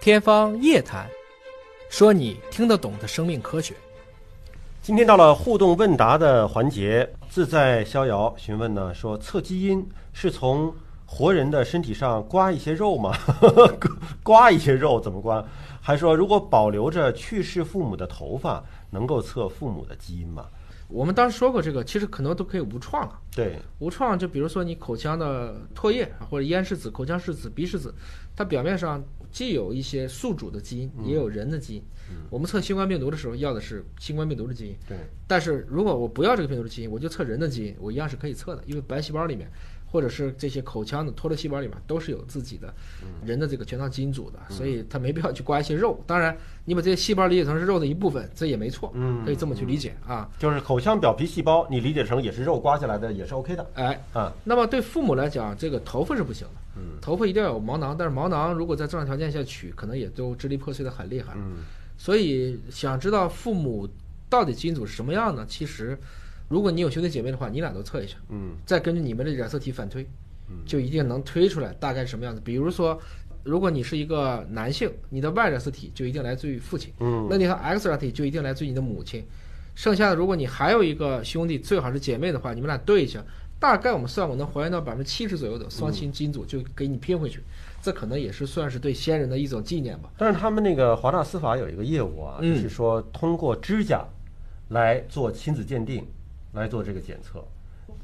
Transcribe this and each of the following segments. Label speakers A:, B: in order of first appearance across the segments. A: 天方夜谭，说你听得懂的生命科学。
B: 今天到了互动问答的环节，自在逍遥询问呢说，测基因是从活人的身体上刮一些肉吗？ 刮一些肉怎么刮？还说如果保留着去世父母的头发，能够测父母的基因吗？
A: 我们当时说过这个，其实很多都可以无创啊。
B: 对，
A: 无创就比如说你口腔的唾液啊或者咽拭子、口腔拭子、鼻拭子，它表面上既有一些宿主的基因，也有人的基因。我们测新冠病毒的时候要的是新冠病毒的基因，
B: 对，
A: 但是如果我不要这个病毒的基因，我就测人的基因，我一样是可以测的，因为白细胞里面，或者是这些口腔的脱落细胞里面都是有自己的人的这个全套基因组的，
B: 嗯
A: 所以它没必要去刮一些肉。当然，你把这些细胞理解成是肉的一部分，这也没错，
B: 嗯
A: 可以这么去理解啊。
B: 就是口腔表皮细胞，你理解成也是肉刮下来的，也是 OK 的。
A: 哎，
B: 啊，
A: 那么对父母来讲，这个头发是不行的，
B: 嗯
A: 头发一定要有毛囊，但是毛囊如果在正常条件下取，可能也都支离破碎的很厉害。
B: 嗯
A: 所以想知道父母到底基因组是什么样呢？其实，如果你有兄弟姐妹的话，你俩都测一下，
B: 嗯
A: 再根据你们的染色体反推
B: 嗯，
A: 就一定能推出来大概什么样子。比如说，如果你是一个男性，你的 Y 染色体就一定来自于父亲，
B: 嗯，
A: 那你和 X 染色体就一定来自于你的母亲。剩下的，如果你还有一个兄弟，最好是姐妹的话，你们俩对一下，大概我们算过能还原到百分之七十左右的双亲基因组，就给你拼回去。这可能也是算是对先人的一种纪念吧。
B: 但是他们那个华大司法有一个业务啊，就
A: 嗯
B: 是说通过指甲来做亲子鉴定，来做这个检测。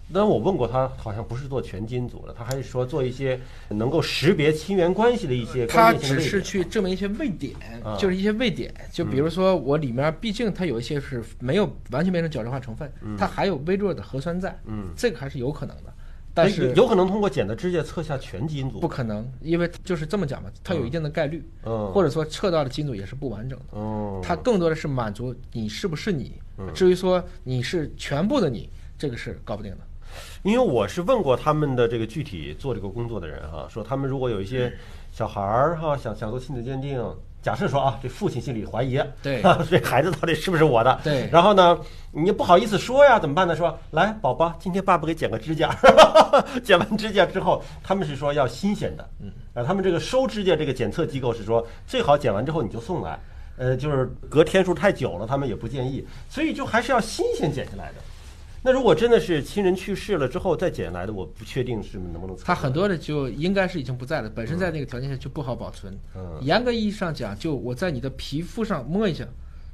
B: 那我问过他，好像不是做全基因组的，他还是说做一些能够识别亲缘关系的一些
A: 它
B: 关键性
A: 只
B: 的
A: 是
B: 位置。
A: 去证明一些位点
B: 啊，嗯
A: 就是一些位点，就比如说我里面毕竟它有一些是没有完全变成角质化成分，它还有微弱的核酸在，
B: 嗯，
A: 这个还是有可能的，但
B: 所以
A: 是
B: 有可能通过检测指甲测下全基因
A: 不
B: 组。
A: 可能，因为就是这么讲嘛，它有一定的概率，
B: 嗯，
A: 或
B: 者
A: 者说测到的基因组也是不完整的，
B: 嗯，
A: 它更多的是满足你是不是你，至于说你是全部的你，这个是搞不定的。
B: 因为我是问过他们的这个具体做这个工作的人哈、说他们如果有一
A: 嗯
B: 些小孩儿哈、想想做亲子鉴定，假设说啊，这父亲心里怀疑，
A: 对
B: 这孩子到底是不是我的？
A: 对
B: 然后呢，你也不好意思说呀，怎么办呢？说来，宝宝，今天爸爸给剪个指甲， 剪完指甲之后，他们是说要新鲜的，嗯，啊，他们这个收指甲这个检测机构是说最好剪完之后你就送来。呃，就是隔天数太久了，他们也不建议，所以就还是要新鲜剪下来的。那如果真的是亲人去世了之后再捡来的，我不确定是能不能测出
A: 它
B: 来。
A: 很多的就应该是已经不在了，本身在那个条件下就不好保存。
B: 嗯
A: 严格意义上讲，就我在你的皮肤上摸一下，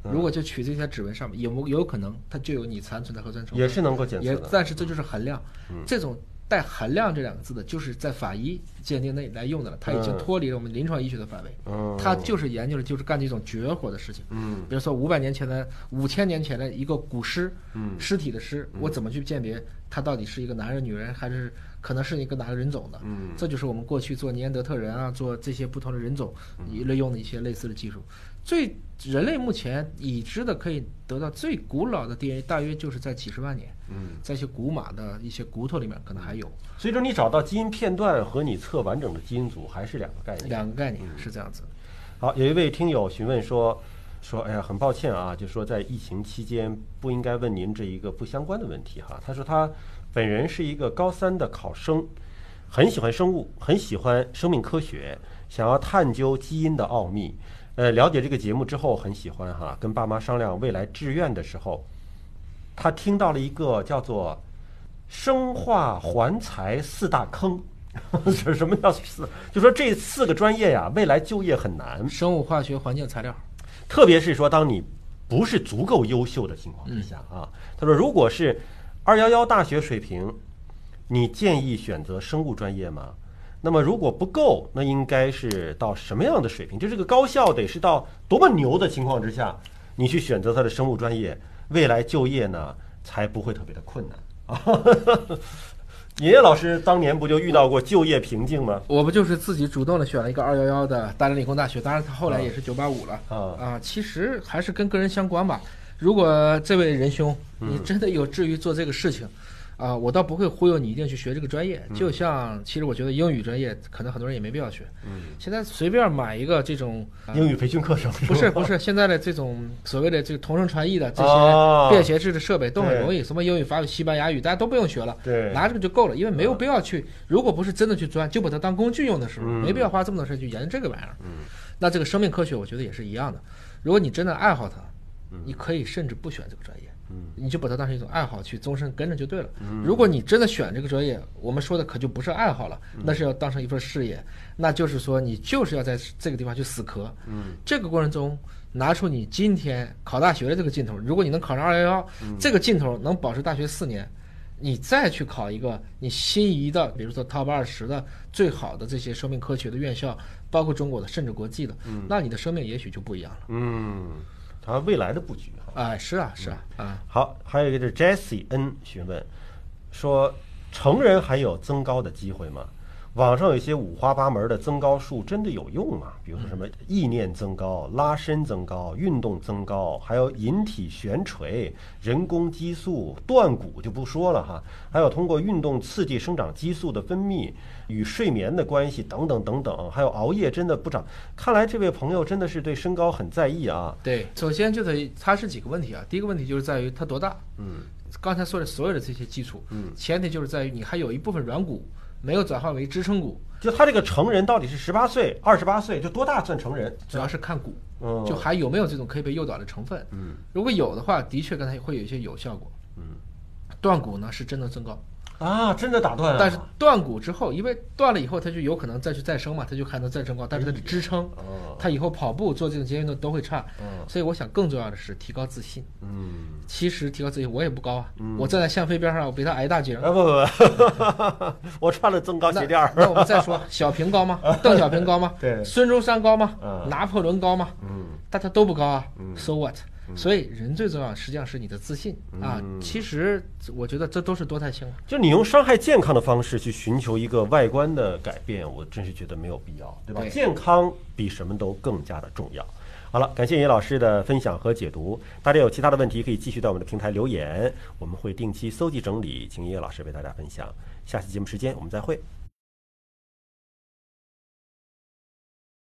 B: 嗯
A: 如果就取自于它指纹上面，有没有可能它就有你残存的核酸成
B: 也
A: 分？
B: 是能够检测
A: 也，
B: 的。嗯
A: 但是这就是衡量。这种带“衡量”这两个字的，就是在法医鉴定内来用的了，它已经
B: 嗯
A: 脱离了我们临床医学的范围。
B: 嗯，
A: 它就是研究的，就是干这种绝活的事情。
B: 嗯
A: 比如说五百年前的、五千年前的一个古尸，
B: 嗯
A: 尸体的尸，我怎么去鉴别它到底是一个男人、女人，还是可能是一个哪个人种的？
B: 嗯，
A: 这就是我们过去做尼安德特人啊，做这些不同的人种一类用的一些类似的技术。最人类目前已知的可以得到最古老的 DNA，大约就是在几十万年，
B: 嗯，
A: 在一些古马的一些骨头里面可能还有。
B: 所以说你找到基因片段和你测完整的基因组还是两个概念。
A: 两个概念是这样子的。
B: 好，有一位听友询问说，说哎呀，很抱歉啊，就说在疫情期间不应该问您这一个不相关的问题哈。他说他本人是一个高三的考生，很喜欢生物，很喜欢生命科学，想要探究基因的奥秘。呃，了解这个节目之后很喜欢哈，跟爸妈商量未来志愿的时候，他听到了一个叫做“生化环材四大坑”， 是什么叫四？就说这四个专业呀，未来就业很难。
A: 生物、化学、环境、材料，
B: 特别是说，当你不是足够优秀的情况之下
A: 嗯
B: 啊，他说，如果是二幺幺大学水平，你建议选择生物专业吗？那么如果不够，那应该是到什么样的水平？就这个高校得是到多么牛的情况之下，你去选择它的生物专业，未来就业呢才不会特别的困难 啊。爷爷老师当年不就遇到过就业瓶颈吗？
A: 我不就是自己主动的选了一个二幺幺的大连理工大学，当然他后来也是九八五了
B: 啊
A: 其实还是跟个人相关吧。如果这位仁兄，你
B: 嗯
A: 真的有志于做这个事情，啊，我倒不会忽悠你一定去学这个专业。
B: 嗯
A: 就像其实我觉得英语专业，可能很多人也没必要学。现在随便买一个这种
B: 嗯
A: 啊
B: 英语培训课程
A: 嗯不
B: 吧
A: 是不是，现在的这种所谓的这个同声传译的这
B: 哦
A: 些便携式的设备都很
B: 对
A: 容易，什么英语、法语、西班牙语，大家都不用学了，
B: 对
A: 拿这个就够了，因为没有必要去，如果不是真的去钻，就把它当工具用的时候，
B: 嗯
A: 没必要花这么多时间去研究这个玩意儿。那这个生命科学，我觉得也是一样的。如果你真的爱好它，
B: 嗯
A: 你可以甚至不选这个专业，你就把它当成一种爱好去终身跟着就对了。
B: 嗯
A: 如果你真的选这个专业，我们说的可就不是爱好了，
B: 嗯
A: 那是要当成一份事业，那就是说你就是要在这个地方去死磕。
B: 嗯
A: 这个过程中。拿出你今天考大学的这个劲头，如果你能考上二幺幺，
B: 嗯
A: 这个劲头能保持大学四年，你再去考一个你心仪的，比如说 top 二十的最好的这些生命科学的院校，包括中国的，甚至国际的，那你的生命也许就不一样了。
B: 嗯，它未来的布局哈。
A: 哎，是
B: 嗯
A: 啊，是啊，啊，
B: 好，还有一个是 Jesse N 询问，说成人还有增高的机会吗？网上有一些五花八门的增高术，真的有用吗？比如说什么意念增高、拉伸增高、运动增高，还有引体悬垂、人工激素、断骨就不说了哈，还有通过运动刺激生长激素的分泌与睡眠的关系等等等等，还有熬夜真的不长。看来这位朋友真的是对身高很在意啊。
A: 对，首先就得它是几个问题啊。第一个问题就是在于它多大，
B: 嗯
A: 刚才说的所有的这些基础，
B: 嗯，
A: 前提就是在于你还有一部分软骨没有转化为支撑骨，
B: 就他这个成人到底是十八岁、二十八岁，就多大算成人？
A: 主要是看骨，
B: 嗯，
A: 就还有没有这种可以被诱导的成分。
B: 嗯
A: 如果有的话，的确刚才会有一些有效果。
B: 嗯
A: 断骨呢是真的增高，
B: 啊，真的打断了。
A: 但是断骨之后，因为断了以后，它就有可能再去再生嘛，它就还能再增高，但是它的支撑，
B: 哦，
A: 它以后跑步做这种极限运动都会差。
B: 嗯
A: 所以我想更重要的是提高自信。
B: 嗯，
A: 其实提高自信，我也不高啊，
B: 嗯
A: 我站在向飞边上，我比他矮一大截儿。
B: 啊不不 不，我穿了增高
A: 那
B: 鞋垫儿。嗯
A: 那我们再说，小平高吗？邓小平高吗？
B: 对
A: 孙中山高吗？
B: 嗯
A: 拿破仑高吗？
B: 嗯
A: 大家都不高啊、
B: 嗯嗯
A: s o what？、所以人最重要实际上是你的自信、啊。其实我觉得这都是多态性了。
B: 就你用伤害健康的方式去寻求一个外观的改变，我真是觉得没有必要，对吧？
A: 对
B: 健康比什么都更加的重要。好了，感谢尹老师的分享和解读。大家有其他的问题可以继续在我们的平台留言，我们会定期搜集整理，请尹老师为大家分享。下期节目时间我们再会，